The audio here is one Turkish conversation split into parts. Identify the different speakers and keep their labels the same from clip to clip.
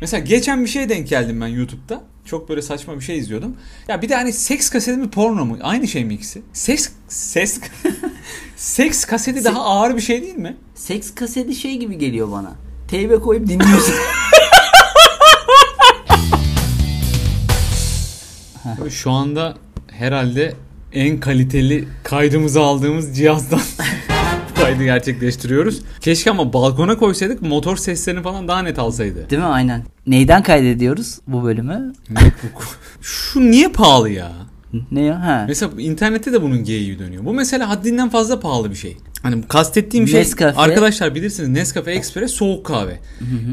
Speaker 1: Mesela geçen bir şeye denk geldim ben YouTube'da. Çok böyle saçma bir şey izliyordum. Ya bir de hani seks kaseti mi porno mu? Aynı şey mi ikisi? Seks ses seks kaseti daha ağır bir şey değil mi?
Speaker 2: Seks kaseti şey gibi geliyor bana. Teybe koyup dinliyorsun.
Speaker 1: Tabii Şu anda herhalde en kaliteli kaydımızı aldığımız cihazdan kaydı gerçekleştiriyoruz. Keşke ama balkona koysaydık motor seslerini falan daha net alsaydı.
Speaker 2: Değil mi? Aynen. Neyden kaydediyoruz bu bölümü?
Speaker 1: MacBook. Şu niye pahalı ya?
Speaker 2: Ne ya? Ha.
Speaker 1: Mesela internette de bunun geyiği dönüyor. Bu mesela haddinden fazla pahalı bir şey. Hani kastettiğim şey
Speaker 2: Nescafe.
Speaker 1: arkadaşlar bilirsiniz Nescafe Express soğuk kahve.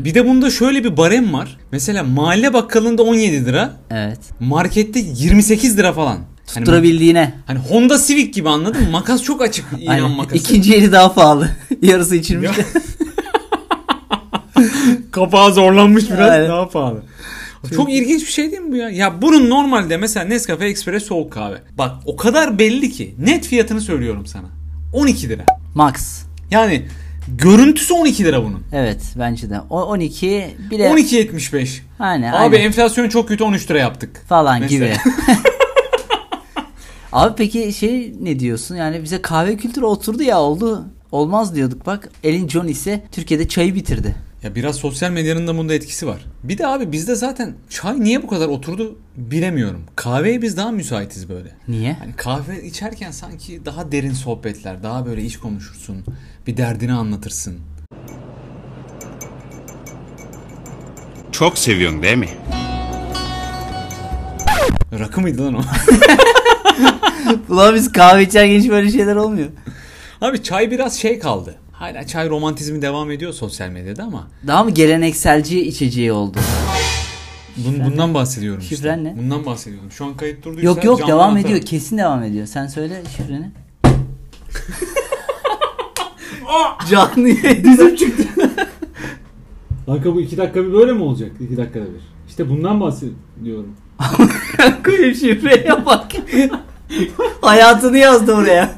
Speaker 1: Bir de bunda şöyle bir barem var. Mesela mahalle bakkalında 17 lira,
Speaker 2: Evet.
Speaker 1: markette 28 lira falan. Hani
Speaker 2: Tutturabildiğine.
Speaker 1: Hani Honda Civic gibi anladın mı? Makas çok açık ilan
Speaker 2: Aynen.
Speaker 1: makası.
Speaker 2: İkinci eli daha pahalı. Yarısı içilmiş. de.
Speaker 1: Kapağı zorlanmış biraz
Speaker 2: Aynen.
Speaker 1: daha pahalı. Çok ilginç bir şey değil mi bu ya? Ya bunun normalde mesela Nescafe Express soğuk kahve. Bak o kadar belli ki net fiyatını söylüyorum sana. 12 lira.
Speaker 2: Max.
Speaker 1: Yani görüntüsü 12 lira bunun.
Speaker 2: Evet bence de. O 12 bile
Speaker 1: 12.75.
Speaker 2: Aynen,
Speaker 1: Abi
Speaker 2: aynen.
Speaker 1: enflasyon çok kötü 13 lira yaptık.
Speaker 2: falan
Speaker 1: Mesela.
Speaker 2: gibi. Abi peki şey ne diyorsun? Yani bize kahve kültürü oturdu ya oldu. Olmaz diyorduk bak. Elin John ise Türkiye'de çayı bitirdi.
Speaker 1: Ya biraz sosyal medyanın da bunda etkisi var. Bir de abi bizde zaten çay niye bu kadar oturdu bilemiyorum. Kahveye biz daha müsaitiz böyle.
Speaker 2: Niye?
Speaker 1: Hani kahve içerken sanki daha derin sohbetler, daha böyle iş konuşursun, bir derdini anlatırsın.
Speaker 3: Çok seviyorsun değil mi?
Speaker 1: Rakı mıydı lan o?
Speaker 2: Ulan biz kahve içerken hiç böyle şeyler olmuyor.
Speaker 1: abi çay biraz şey kaldı. Hala çay romantizmi devam ediyor sosyal medyada ama
Speaker 2: Daha mı gelenekselci içeceği oldu?
Speaker 1: bun- bundan bahsediyorum işte.
Speaker 2: Şifren ne?
Speaker 1: Bundan bahsediyorum. Şu an kayıt durduysa
Speaker 2: Yok yok
Speaker 1: canlı
Speaker 2: devam
Speaker 1: anlatalım.
Speaker 2: ediyor. Kesin devam ediyor. Sen söyle şifreni. Canlı yayın. çıktı.
Speaker 1: Kanka bu iki dakika bir böyle mi olacak? İki dakikada bir. İşte bundan bahsediyorum.
Speaker 2: Koyayım şifreye bak. Hayatını yazdı oraya.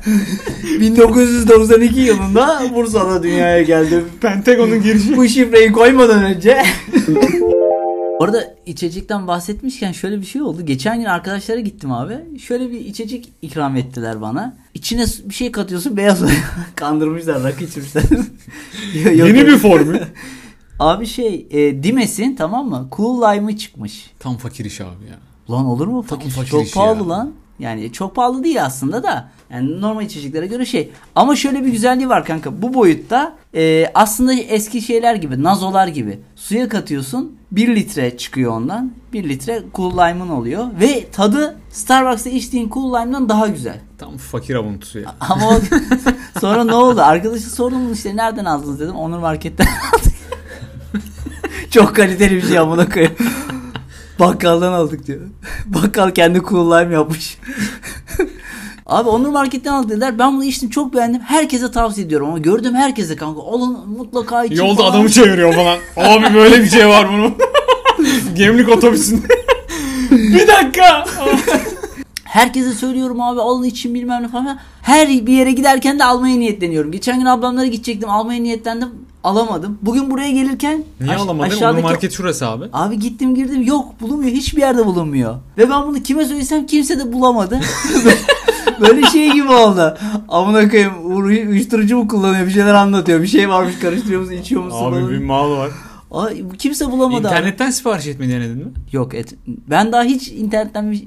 Speaker 2: 1992 yılında Bursa'da dünyaya geldi.
Speaker 1: Pentagon'un girişi.
Speaker 2: Bu şifreyi koymadan önce. Orada içecekten bahsetmişken şöyle bir şey oldu. Geçen gün arkadaşlara gittim abi. Şöyle bir içecek ikram ettiler bana. İçine su- bir şey katıyorsun beyaz oluyor. Kandırmışlar rakı içmişler. Yok, yok.
Speaker 1: Yeni bir formül.
Speaker 2: Abi şey e, Dimes'in tamam mı? Cool Lime'ı çıkmış.
Speaker 1: Tam fakir iş abi ya.
Speaker 2: Lan olur mu?
Speaker 1: Tam
Speaker 2: Fakir,
Speaker 1: fakir
Speaker 2: çok
Speaker 1: işi
Speaker 2: pahalı
Speaker 1: ya.
Speaker 2: lan. Yani çok pahalı değil aslında da. Yani normal içeceklere göre şey. Ama şöyle bir güzelliği var kanka. Bu boyutta e, aslında eski şeyler gibi, nazolar gibi. Suya katıyorsun. 1 litre çıkıyor ondan. 1 litre Cool Lime'ın oluyor. Ve tadı Starbucks'ta içtiğin Cool Lime'dan daha güzel.
Speaker 1: Tam fakir avuntusu ya.
Speaker 2: Ama o- sonra ne oldu? Arkadaşı sordum bunu işte nereden aldınız dedim. Onur Market'ten aldık. Çok kaliteli bir şey amına koyayım. Bakkaldan aldık diyor. Bakkal kendi cool lime yapmış. Abi Onur Market'ten aldık dediler. Ben bunu içtim çok beğendim. Herkese tavsiye ediyorum ama gördüğüm herkese kanka. Olun mutlaka için
Speaker 1: Yolda
Speaker 2: falan.
Speaker 1: adamı çeviriyor falan. Abi böyle bir şey var bunun. Gemlik otobüsünde. bir dakika.
Speaker 2: Herkese söylüyorum abi alın için bilmem ne falan. Her bir yere giderken de almaya niyetleniyorum. Geçen gün ablamlara gidecektim almaya niyetlendim alamadım. Bugün buraya gelirken
Speaker 1: Niye
Speaker 2: aş-
Speaker 1: alamadın?
Speaker 2: aşağıdaki-
Speaker 1: Onun market şurası abi.
Speaker 2: Abi gittim girdim yok bulunmuyor hiçbir yerde bulunmuyor. Ve ben bunu kime söylesem kimse de bulamadı. Böyle şey gibi oldu. Amına koyayım Uğur uyuşturucu mu kullanıyor bir şeyler anlatıyor. Bir şey varmış karıştırıyor musun içiyor musun? falan.
Speaker 1: mal var.
Speaker 2: Ay, kimse bulamadı abi.
Speaker 1: İnternetten sipariş etmeyi denedin mi?
Speaker 2: Yok et. Ben daha hiç internetten bir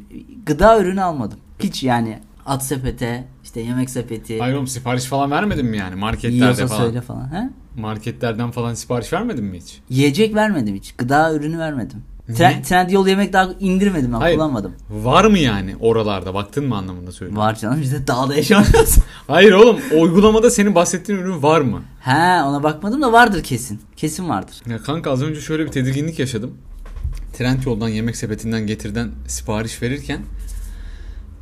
Speaker 2: gıda ürünü almadım. Hiç yani at sepete işte yemek sepeti.
Speaker 1: Hayır oğlum sipariş falan vermedin mi yani marketlerde
Speaker 2: Yiyorsa
Speaker 1: falan?
Speaker 2: söyle falan. He?
Speaker 1: Marketlerden falan sipariş vermedin mi hiç?
Speaker 2: Yiyecek vermedim hiç. Gıda ürünü vermedim.
Speaker 1: Niye?
Speaker 2: Trend, yol yemek daha indirmedim ben
Speaker 1: Hayır.
Speaker 2: kullanmadım.
Speaker 1: Var mı yani oralarda baktın mı anlamında söylüyorum.
Speaker 2: Var canım biz de dağda yaşamıyoruz.
Speaker 1: Hayır oğlum uygulamada senin bahsettiğin ürün var mı?
Speaker 2: He ona bakmadım da vardır kesin. Kesin vardır.
Speaker 1: Ya kanka az önce şöyle bir tedirginlik yaşadım. Trend yoldan yemek sepetinden getirden sipariş verirken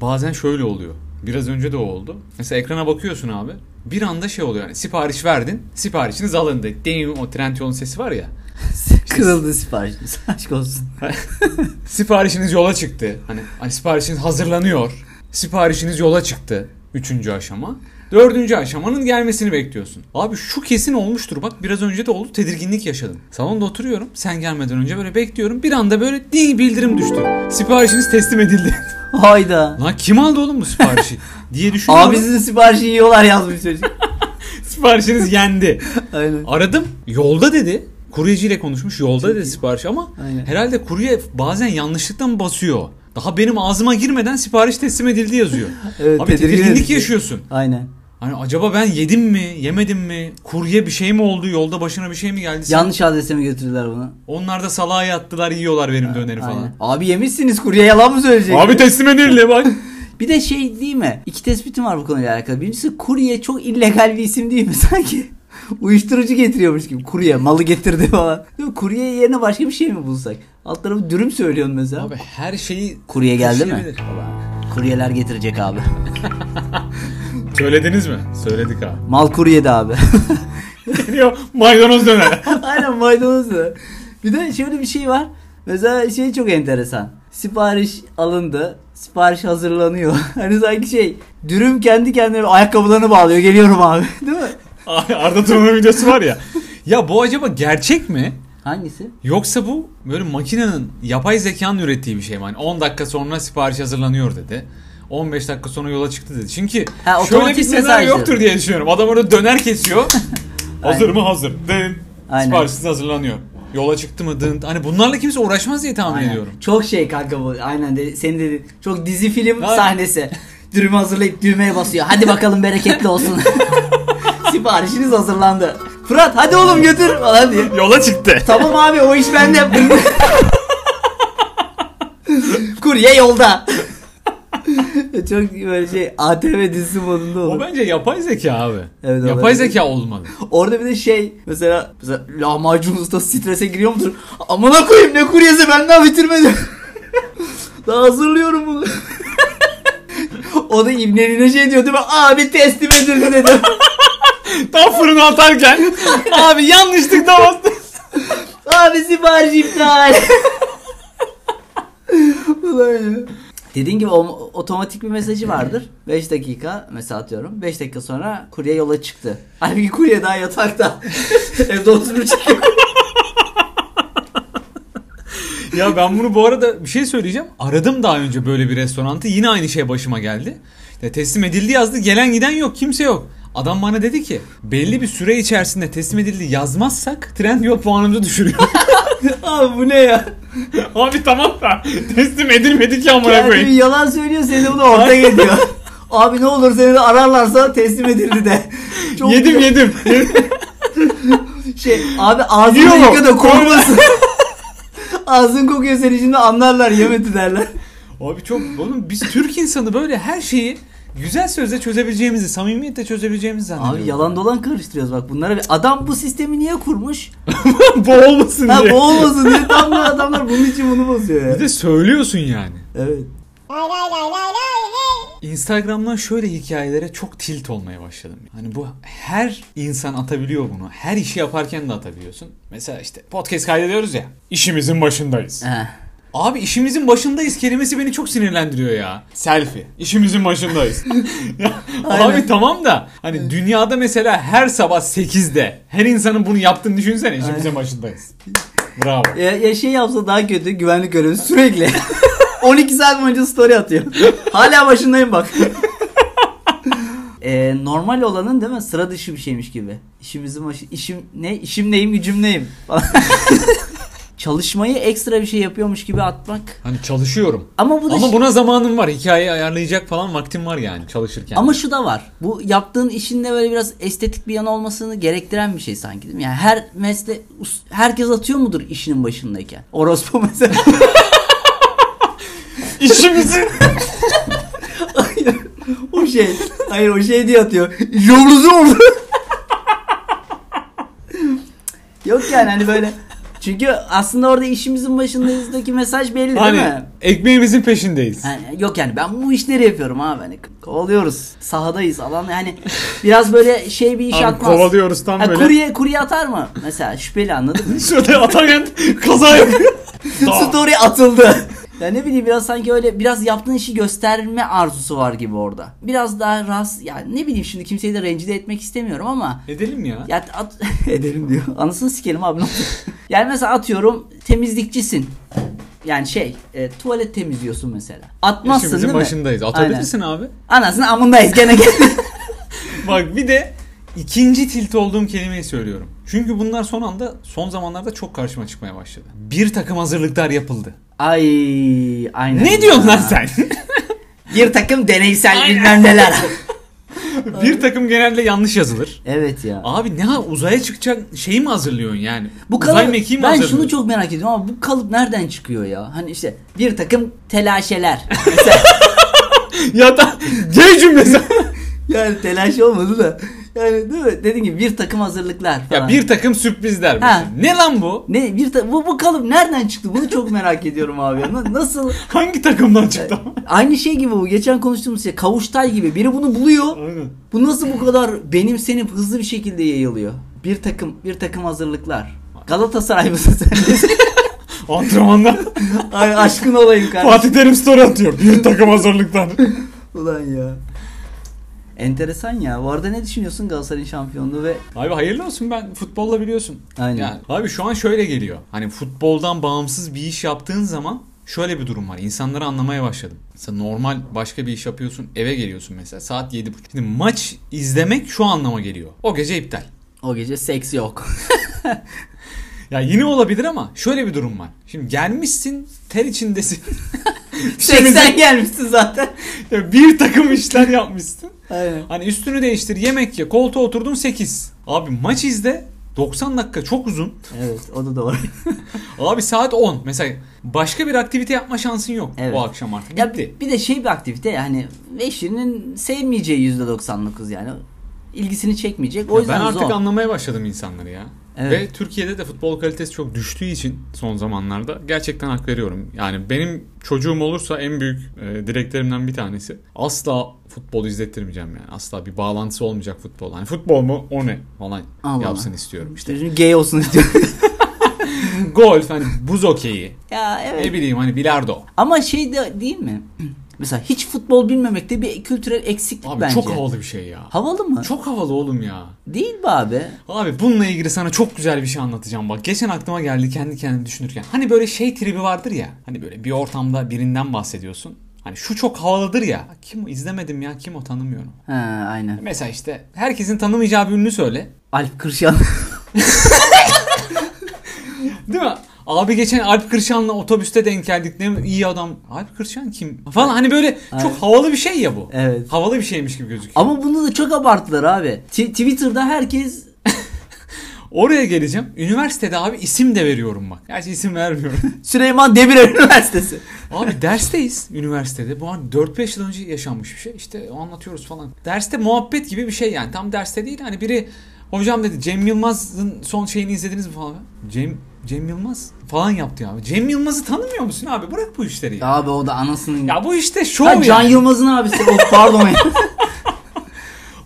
Speaker 1: bazen şöyle oluyor. Biraz önce de o oldu. Mesela ekrana bakıyorsun abi. Bir anda şey oluyor yani sipariş verdin, siparişiniz alındı. Deyim o trend yolun sesi var ya.
Speaker 2: Kırıldı siparişiniz. Aşk olsun.
Speaker 1: Siparişiniz yola çıktı. Hani, hani siparişiniz hazırlanıyor. Siparişiniz yola çıktı. Üçüncü aşama. Dördüncü aşamanın gelmesini bekliyorsun. Abi şu kesin olmuştur bak biraz önce de oldu tedirginlik yaşadım. Salonda oturuyorum sen gelmeden önce böyle bekliyorum bir anda böyle ding bildirim düştü. Siparişiniz teslim edildi.
Speaker 2: Hayda.
Speaker 1: Lan kim aldı oğlum bu siparişi diye düşünüyorum.
Speaker 2: Abi sizin siparişi yiyorlar yazmış çocuk.
Speaker 1: siparişiniz yendi.
Speaker 2: Aynen.
Speaker 1: Aradım yolda dedi. Kuryeciyle konuşmuş yolda dedi sipariş ama
Speaker 2: Aynen.
Speaker 1: herhalde kurye bazen yanlışlıkla mı basıyor? Daha benim ağzıma girmeden sipariş teslim edildi yazıyor.
Speaker 2: Evet,
Speaker 1: Abi
Speaker 2: tedirgin
Speaker 1: tedirginlik
Speaker 2: edici.
Speaker 1: yaşıyorsun.
Speaker 2: Aynen.
Speaker 1: Hani acaba ben yedim mi, yemedim mi? Kurye bir şey mi oldu? Yolda başına bir şey mi geldi?
Speaker 2: Yanlış adrese mi götürdüler bunu?
Speaker 1: Onlar da salağa yattılar, yiyorlar benim döneri
Speaker 2: Aynen.
Speaker 1: falan.
Speaker 2: Abi yemişsiniz kurye yalan mı söyleyecek?
Speaker 1: Abi teslim edildi bak.
Speaker 2: Bir de şey değil mi? İki tespitim var bu konuyla alakalı. Birincisi kurye çok illegal bir isim değil mi sanki? Uyuşturucu getiriyormuş gibi. Kurye malı getirdi falan. Değil mi? Kurye yerine başka bir şey mi bulsak? Alt tarafı dürüm söylüyorsun mesela.
Speaker 1: Abi her şeyi
Speaker 2: Kurye geldi mi?
Speaker 1: taşıyabilir.
Speaker 2: Kuryeler getirecek abi.
Speaker 1: Söylediniz mi? Söyledik abi.
Speaker 2: Mal kuryedi abi.
Speaker 1: Geliyor maydanoz döner.
Speaker 2: Aynen maydanoz da. Bir de şöyle bir şey var. Mesela şey çok enteresan. Sipariş alındı. Sipariş hazırlanıyor. Hani sanki şey dürüm kendi kendine ayakkabılarını bağlıyor. Geliyorum abi. Değil mi?
Speaker 1: Arda Turan'ın videosu var ya. Ya bu acaba gerçek mi?
Speaker 2: Hangisi?
Speaker 1: Yoksa bu böyle makinenin yapay zekanın ürettiği bir şey mi? Hani 10 dakika sonra sipariş hazırlanıyor dedi. 15 dakika sonra yola çıktı dedi. Çünkü
Speaker 2: Ha,
Speaker 1: şöyle bir
Speaker 2: otomatik
Speaker 1: senaryo
Speaker 2: mesaj
Speaker 1: yoktur diye düşünüyorum. Adam orada döner kesiyor. hazır
Speaker 2: Aynen.
Speaker 1: mı? Hazır. Dın.
Speaker 2: Aynen.
Speaker 1: Siparişiniz hazırlanıyor. Yola çıktı mı? Dın. Hani bunlarla kimse uğraşmaz diye tahmin
Speaker 2: Aynen.
Speaker 1: ediyorum.
Speaker 2: Çok şey kanka bu. Aynen de, senin dediğin. Çok dizi film
Speaker 1: Aynen.
Speaker 2: sahnesi. Dürümü hazırlayıp düğmeye basıyor. Hadi bakalım bereketli olsun. Siparişiniz hazırlandı. Fırat hadi oğlum götür falan diye.
Speaker 1: Yola çıktı.
Speaker 2: Tamam abi o iş bende. Kurye yolda. Çok böyle şey ATV dizisi modunda
Speaker 1: O
Speaker 2: olur.
Speaker 1: bence yapay zeka abi.
Speaker 2: Evet,
Speaker 1: yapay
Speaker 2: olabilir.
Speaker 1: zeka olmalı.
Speaker 2: Orada bir de şey mesela, mesela lahmacun ustası strese giriyor mudur? Amına koyayım ne kuryesi ben daha bitirmedim. daha hazırlıyorum bunu. o da ibneliğine şey diyor değil mi? Abi teslim edildi dedi.
Speaker 1: Tam fırına atarken abi yanlışlıkla bastı.
Speaker 2: Abi sipariş iptal. Ulan ya. Dediğin gibi o- otomatik bir mesajı vardır. 5 dakika mesela atıyorum. 5 dakika sonra kurye yola çıktı. Halbuki kurye daha yatakta. Evde oturmuş.
Speaker 1: ya ben bunu bu arada bir şey söyleyeceğim. Aradım daha önce böyle bir restorantı. Yine aynı şey başıma geldi. Ya teslim edildi yazdı. Gelen giden yok. Kimse yok. Adam bana dedi ki belli bir süre içerisinde teslim edildi yazmazsak trend yol puanımızı düşürüyor.
Speaker 2: Abi bu ne ya?
Speaker 1: Abi tamam da teslim edilmedi ki amına
Speaker 2: Kendimi
Speaker 1: koyayım.
Speaker 2: yalan söylüyor seni de bunu ortaya ediyor. Abi ne olur seni de ararlarsa teslim edildi de. Çok
Speaker 1: Yedim yedim.
Speaker 2: Şey abi ağzını
Speaker 1: Yiyor mu?
Speaker 2: yıka da kokmasın. Ağzın kokuyor seni şimdi anlarlar yemedi derler.
Speaker 1: Abi çok oğlum biz Türk insanı böyle her şeyi güzel sözle çözebileceğimizi, samimiyetle çözebileceğimizi zannediyorum.
Speaker 2: Abi yalan dolan karıştırıyoruz bak bunlara. adam bu sistemi niye kurmuş?
Speaker 1: bu olmasın
Speaker 2: Ha
Speaker 1: diye.
Speaker 2: bu olmasın diye tam da adamlar bunun için bunu bozuyor
Speaker 1: Bir
Speaker 2: ya.
Speaker 1: de söylüyorsun yani.
Speaker 2: Evet.
Speaker 1: Instagram'dan şöyle hikayelere çok tilt olmaya başladım. Hani bu her insan atabiliyor bunu. Her işi yaparken de atabiliyorsun. Mesela işte podcast kaydediyoruz ya. İşimizin başındayız.
Speaker 2: Heh.
Speaker 1: Abi işimizin başındayız kelimesi beni çok sinirlendiriyor ya. Selfie. İşimizin başındayız. Ya,
Speaker 2: Aynen.
Speaker 1: abi tamam da hani dünyada mesela her sabah 8'de her insanın bunu yaptığını düşünsene. İşimizin başındayız. Bravo.
Speaker 2: Ya, ya şey yapsa daha kötü güvenlik görevlisi sürekli. 12 saat boyunca story atıyor. Hala başındayım bak. Ee, normal olanın değil mi? Sıra dışı bir şeymiş gibi. İşimizin başı, işim ne? İşim neyim, gücüm neyim falan. Çalışmayı ekstra bir şey yapıyormuş gibi atmak.
Speaker 1: Hani çalışıyorum.
Speaker 2: Ama bu da şey,
Speaker 1: Ama buna zamanım var. Hikayeyi ayarlayacak falan vaktim var yani çalışırken.
Speaker 2: Ama şu da var. Bu yaptığın işin de böyle biraz estetik bir yanı olmasını gerektiren bir şey sanki değil mi? Yani her mesle us- herkes atıyor mudur işinin başındayken? Orospu mesela.
Speaker 1: işimizi
Speaker 2: o şey. Hayır o şey diye atıyor. Yolunuzu oldu. Yok yani hani böyle. Çünkü aslında orada işimizin başındayızdaki mesaj belli değil
Speaker 1: Hani
Speaker 2: mi?
Speaker 1: ekmeğimizin peşindeyiz.
Speaker 2: Yani yok yani ben bu işleri yapıyorum abi. Hani kovalıyoruz. Sahadayız alan yani biraz böyle şey bir iş
Speaker 1: Abi
Speaker 2: atmaz.
Speaker 1: kovalıyoruz tam
Speaker 2: Ha,
Speaker 1: böyle.
Speaker 2: kurye, kurye atar mı? Mesela şüpheli anladın mı?
Speaker 1: Şöyle atarken kaza yapıyor. Dağ.
Speaker 2: Story atıldı. Ya ne bileyim biraz sanki öyle biraz yaptığın işi gösterme arzusu var gibi orada. Biraz daha rahatsız yani ne bileyim şimdi kimseyi de rencide etmek istemiyorum ama
Speaker 1: Edelim ya.
Speaker 2: ya at, edelim diyor. Anasını sikelim abi. ne olacak? yani mesela atıyorum temizlikçisin. Yani şey e, tuvalet temizliyorsun mesela. Atmazsın
Speaker 1: İşimizin
Speaker 2: değil mi?
Speaker 1: başındayız. Atabilirsin abi.
Speaker 2: Aynen. Anasını amındayız gene gene.
Speaker 1: Bak bir de ikinci tilt olduğum kelimeyi söylüyorum. Çünkü bunlar son anda son zamanlarda çok karşıma çıkmaya başladı. Bir takım hazırlıklar yapıldı.
Speaker 2: Ay aynen.
Speaker 1: Ne
Speaker 2: ya.
Speaker 1: diyorsun lan sen?
Speaker 2: Bir takım deneysel bilmem neler.
Speaker 1: bir takım genelde yanlış yazılır.
Speaker 2: evet ya.
Speaker 1: Abi ne ha- uzaya çıkacak şeyi mi hazırlıyorsun yani?
Speaker 2: Bu
Speaker 1: Uzay
Speaker 2: kalıp
Speaker 1: mekiği mi
Speaker 2: ben
Speaker 1: hazırlıyorsun?
Speaker 2: şunu çok merak ediyorum ama bu kalıp nereden çıkıyor ya? Hani işte bir takım telaşeler. Mesela,
Speaker 1: ya da C cümlesi.
Speaker 2: yani telaş olmadı da. Yani değil mi? Dediğim gibi bir takım hazırlıklar falan.
Speaker 1: ya bir takım sürprizler. mesela. Ne lan bu?
Speaker 2: ne bir ta- bu bu kalıp nereden çıktı? Bunu çok merak ediyorum abi. ya. Na- Nasıl?
Speaker 1: Hangi takımdan çıktı? ama?
Speaker 2: Aynı şey gibi bu. Geçen konuştuğumuz şey kavuştay gibi. Biri bunu buluyor.
Speaker 1: Aynen.
Speaker 2: Bu nasıl bu kadar benimsenip hızlı bir şekilde yayılıyor? Bir takım bir takım hazırlıklar. Galatasaray mısın sen?
Speaker 1: Antrenmanda
Speaker 2: Ay aşkın olayım kardeşim.
Speaker 1: Fatih Terim story atıyor. Bir takım hazırlıklar.
Speaker 2: Ulan ya. Enteresan ya. Bu arada ne düşünüyorsun Galatasaray'ın şampiyonluğu ve
Speaker 1: Abi hayırlı olsun ben futbolla biliyorsun.
Speaker 2: Aynen.
Speaker 1: Yani, abi şu an şöyle geliyor. Hani futboldan bağımsız bir iş yaptığın zaman şöyle bir durum var. İnsanları anlamaya başladım. Mesela normal başka bir iş yapıyorsun eve geliyorsun mesela saat 7.30. Şimdi maç izlemek şu anlama geliyor. O gece iptal.
Speaker 2: o gece seks yok.
Speaker 1: Ya yine olabilir ama şöyle bir durum var. Şimdi gelmişsin ter içindesin.
Speaker 2: Seksen gelmişsin zaten.
Speaker 1: Ya bir takım işler yapmışsın.
Speaker 2: Aynen.
Speaker 1: Hani üstünü değiştir yemek ye koltuğa oturdun 8. Abi maç izle 90 dakika çok uzun.
Speaker 2: Evet o da doğru.
Speaker 1: Abi saat 10. Mesela başka bir aktivite yapma şansın yok
Speaker 2: Evet.
Speaker 1: o akşam artık.
Speaker 2: ya
Speaker 1: Gitti.
Speaker 2: bir, bir de şey bir aktivite yani Veşir'in sevmeyeceği %99 yani. ilgisini çekmeyecek. O
Speaker 1: Ya
Speaker 2: yüzden
Speaker 1: ben artık
Speaker 2: zor.
Speaker 1: anlamaya başladım insanları ya.
Speaker 2: Evet.
Speaker 1: Ve Türkiye'de de futbol kalitesi çok düştüğü için son zamanlarda gerçekten hak veriyorum. Yani benim çocuğum olursa en büyük e, dileklerimden bir tanesi. Asla futbol izlettirmeyeceğim yani. Asla bir bağlantısı olmayacak futbol. Hani futbol mu o ne falan
Speaker 2: Allah
Speaker 1: yapsın
Speaker 2: Allah.
Speaker 1: istiyorum. İşte
Speaker 2: İşte şimdi gay olsun istiyorum.
Speaker 1: golf hani buz okeyi.
Speaker 2: ya
Speaker 1: Ne
Speaker 2: evet.
Speaker 1: bileyim hani bilardo.
Speaker 2: Ama şey de değil mi? Mesela hiç futbol bilmemekte bir kültürel eksiklik
Speaker 1: Abi
Speaker 2: bence.
Speaker 1: çok havalı bir şey ya.
Speaker 2: Havalı mı?
Speaker 1: Çok havalı oğlum ya.
Speaker 2: Değil mi abi?
Speaker 1: Abi bununla ilgili sana çok güzel bir şey anlatacağım bak. Geçen aklıma geldi kendi kendime düşünürken. Hani böyle şey tribi vardır ya. Hani böyle bir ortamda birinden bahsediyorsun. Hani şu çok havalıdır ya. Kim o? İzlemedim ya. Kim o? Tanımıyorum.
Speaker 2: Ha aynen.
Speaker 1: Mesela işte herkesin tanımayacağı bir ünlü söyle.
Speaker 2: Alp Kırşan.
Speaker 1: Değil mi? Abi geçen Alp Kırşan'la otobüste denk geldik. Ne iyi adam. Alp Kırşan kim? Falan hani böyle çok havalı bir şey ya bu.
Speaker 2: Evet.
Speaker 1: Havalı bir şeymiş gibi gözüküyor.
Speaker 2: Ama bunu da çok abarttılar abi. Ti- Twitter'da herkes
Speaker 1: Oraya geleceğim. Üniversitede abi isim de veriyorum bak. Gerçi isim vermiyorum.
Speaker 2: Süleyman Demirel Üniversitesi.
Speaker 1: Abi dersteyiz üniversitede. Bu an 4-5 yıl önce yaşanmış bir şey. İşte anlatıyoruz falan. Derste muhabbet gibi bir şey yani. Tam derste değil. Hani biri hocam dedi Cem Yılmaz'ın son şeyini izlediniz mi falan. Cem Cem Yılmaz falan yaptı ya. Cem Yılmaz'ı tanımıyor musun abi? Bırak bu işleri ya.
Speaker 2: Abi o da anasının.
Speaker 1: Ya bu işte şov
Speaker 2: ha, Can
Speaker 1: yani.
Speaker 2: Yılmaz'ın abisi. Oh, pardon ya.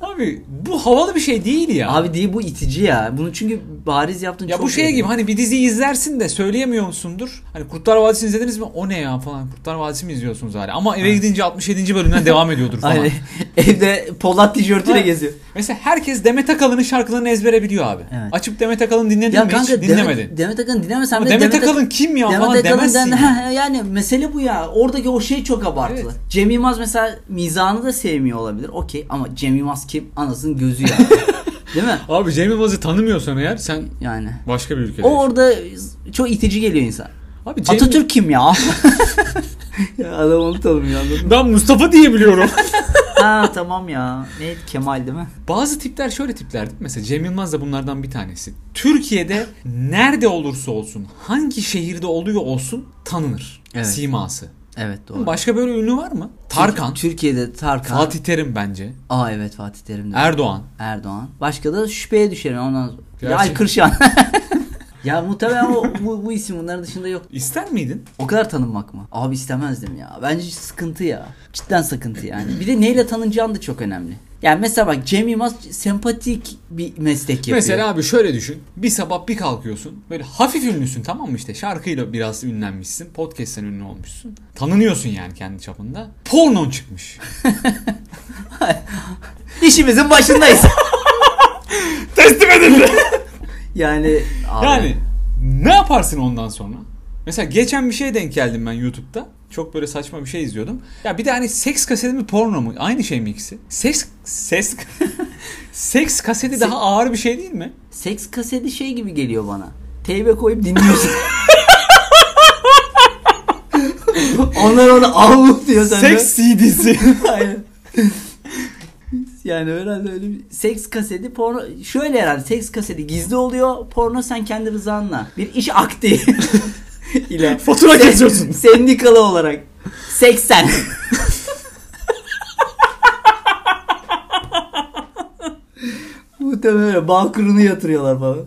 Speaker 1: Abi bu havalı bir şey değil ya.
Speaker 2: abi değil bu itici ya. Bunu çünkü bariz yaptın
Speaker 1: ya
Speaker 2: çok
Speaker 1: bu şey
Speaker 2: iyi.
Speaker 1: gibi hani bir dizi izlersin de söyleyemiyor musundur. Hani Kurtlar Vadisi'ni izlediniz mi? O ne ya falan. Kurtlar Vadisi mi izliyorsunuz hala? Ama eve gidince 67. bölümden devam ediyordur falan.
Speaker 2: Aynen. Evde Polat tişörtüyle
Speaker 1: Ha.
Speaker 2: geziyor.
Speaker 1: Mesela herkes Demet Akalın'ın şarkılarını ezbere biliyor abi.
Speaker 2: Evet.
Speaker 1: Açıp Demet Akalın dinledin
Speaker 2: Ya
Speaker 1: mi
Speaker 2: kanka
Speaker 1: hiç? Dinlemedin.
Speaker 2: Demet, Demet Akalın dinlemesen
Speaker 1: Ama
Speaker 2: bile
Speaker 1: Demet Akalın kim ya falan demezsin
Speaker 2: den-
Speaker 1: ya.
Speaker 2: Ha, yani mesele bu ya. Oradaki o şey çok abartılı.
Speaker 1: Evet.
Speaker 2: Cem Yılmaz mesela mizahını da sevmiyor olabilir. Okey ama Cem Yılmaz kim? Anasının gözü ya. Değil mi?
Speaker 1: Abi Cem Yılmaz'ı tanımıyorsan eğer sen
Speaker 2: Yani.
Speaker 1: başka bir ülkede.
Speaker 2: O orada çok itici geliyor insan.
Speaker 1: Abi Cem...
Speaker 2: Atatürk kim ya? ya adam onu tanımıyor anladın mı?
Speaker 1: Ben Mustafa diye biliyorum.
Speaker 2: Ha tamam ya. Ne Kemal değil mi?
Speaker 1: Bazı tipler şöyle tipler. Mesela Cem Yılmaz da bunlardan bir tanesi. Türkiye'de nerede olursa olsun, hangi şehirde oluyor olsun tanınır.
Speaker 2: Evet.
Speaker 1: Siması.
Speaker 2: Evet doğru.
Speaker 1: Başka böyle ünlü var mı? Tarkan.
Speaker 2: Türkiye'de Tarkan.
Speaker 1: Fatih Terim bence.
Speaker 2: Aa evet Fatih Terim. de.
Speaker 1: Erdoğan.
Speaker 2: Erdoğan. Başka da şüpheye düşerim ondan sonra. Ya
Speaker 1: Gerçi-
Speaker 2: Ay Kırşan. ya muhtemelen o, bu, bu isim bunların dışında yok.
Speaker 1: İster miydin?
Speaker 2: O kadar tanınmak mı? Abi istemezdim ya. Bence sıkıntı ya. Cidden sıkıntı yani. Bir de neyle tanınacağın da çok önemli. Yani mesela bak Cem Yılmaz sempatik bir meslek yapıyor.
Speaker 1: Mesela abi şöyle düşün. Bir sabah bir kalkıyorsun. Böyle hafif ünlüsün tamam mı işte? Şarkıyla biraz ünlenmişsin. Podcast'ten ünlü olmuşsun. Tanınıyorsun yani kendi çapında. Pornon çıkmış.
Speaker 2: işimizin başındayız.
Speaker 1: Teslim edildi.
Speaker 2: yani abi,
Speaker 1: yani ne yaparsın ondan sonra? Mesela geçen bir şeye denk geldim ben YouTube'da. Çok böyle saçma bir şey izliyordum. Ya bir de hani seks kaseti mi porno mu? Aynı şey mi ikisi? Seks ses seks kaseti daha ağır bir şey değil mi?
Speaker 2: seks kaseti şey gibi geliyor bana. Teybe koyup dinliyorsun. Onlar ona avluk diyor sen de.
Speaker 1: Seks CD'si.
Speaker 2: Aynen. Yani herhalde öyle bir seks kaseti porno şöyle herhalde seks kaseti gizli oluyor porno sen kendi rızanla bir iş akdi ile
Speaker 1: Fatura
Speaker 2: Sen-
Speaker 1: kesiyorsun.
Speaker 2: sendikalı olarak 80 Muhtemelen öyle balkurunu yatırıyorlar falan.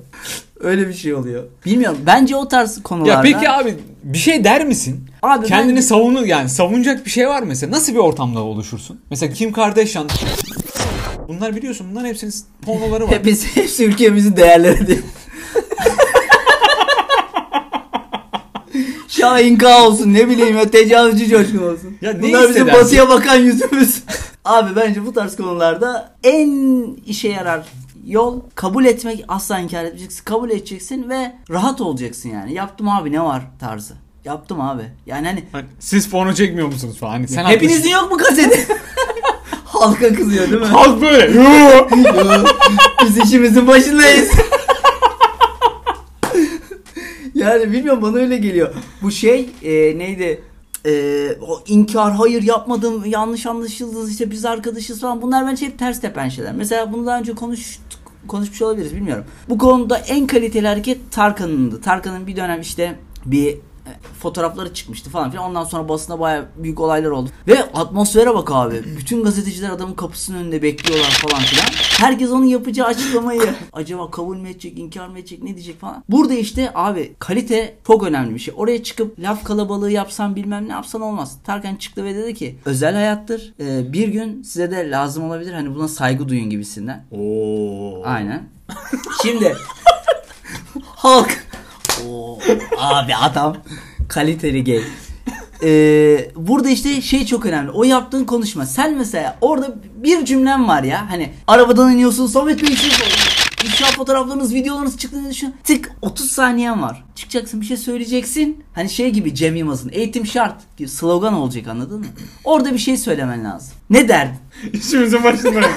Speaker 2: Öyle bir şey oluyor. Bilmiyorum. Bence o tarz konularda.
Speaker 1: ya peki abi bir şey der misin?
Speaker 2: Abi ben-
Speaker 1: Kendini savunu yani savunacak bir şey var mı mesela? Nasıl bir ortamda oluşursun? Mesela Kim Kardashian Bunlar biliyorsun bunların hepsinin pornoları var.
Speaker 2: Hepsi, hepsi ülkemizin değerleri diye. Şahin K olsun ne bileyim ya tecavüzcü coşkun olsun.
Speaker 1: Ya ne
Speaker 2: Bunlar bizim
Speaker 1: hissedersin?
Speaker 2: batıya bakan yüzümüz. Abi bence bu tarz konularda en işe yarar yol kabul etmek asla inkar etmeyeceksin. Kabul edeceksin ve rahat olacaksın yani. Yaptım abi ne var tarzı. Yaptım abi. Yani hani
Speaker 1: Hani siz porno çekmiyor musunuz falan? Hani sen
Speaker 2: hepinizin yok mu kaseti? Halka kızıyor değil mi?
Speaker 1: haklısın. Halk böyle. "Yoo!"
Speaker 2: Biz işimizin başındayız. yani bilmiyorum bana öyle geliyor. Bu şey e, neydi? E, o inkar hayır yapmadım yanlış anlaşıldınız işte biz arkadaşız falan bunlar bence hep ters tepen şeyler. Mesela bunu daha önce konuştuk konuşmuş olabiliriz bilmiyorum. Bu konuda en kaliteli hareket Tarkan'ındı. Tarkan'ın bir dönem işte bir e, fotoğrafları çıkmıştı falan filan. Ondan sonra basında baya büyük olaylar oldu. Ve atmosfere bak abi. Bütün gazeteciler adamın kapısının önünde bekliyorlar falan filan. Herkes onun yapacağı açıklamayı acaba kabul mü edecek, inkar mı edecek, ne diyecek falan. Burada işte abi kalite çok önemli bir şey. Oraya çıkıp laf kalabalığı yapsan bilmem ne yapsan olmaz. Tarkan çıktı ve dedi ki özel hayattır. Ee, bir gün size de lazım olabilir. Hani buna saygı duyun gibisinden.
Speaker 1: Oo.
Speaker 2: Aynen. Şimdi Hulk. Oo, abi adam kaliteli gay. Ee, burada işte şey çok önemli. O yaptığın konuşma. Sen mesela orada bir cümlen var ya. Hani arabadan iniyorsun. Samet Bey siz İnşa fotoğraflarınız, videolarınız çıktığını düşün. Tık 30 saniyen var. Çıkacaksın bir şey söyleyeceksin. Hani şey gibi Cem Yılmaz'ın eğitim şart gibi slogan olacak anladın mı? Orada bir şey söylemen lazım. Ne derdin?
Speaker 1: İşimizin başındayız.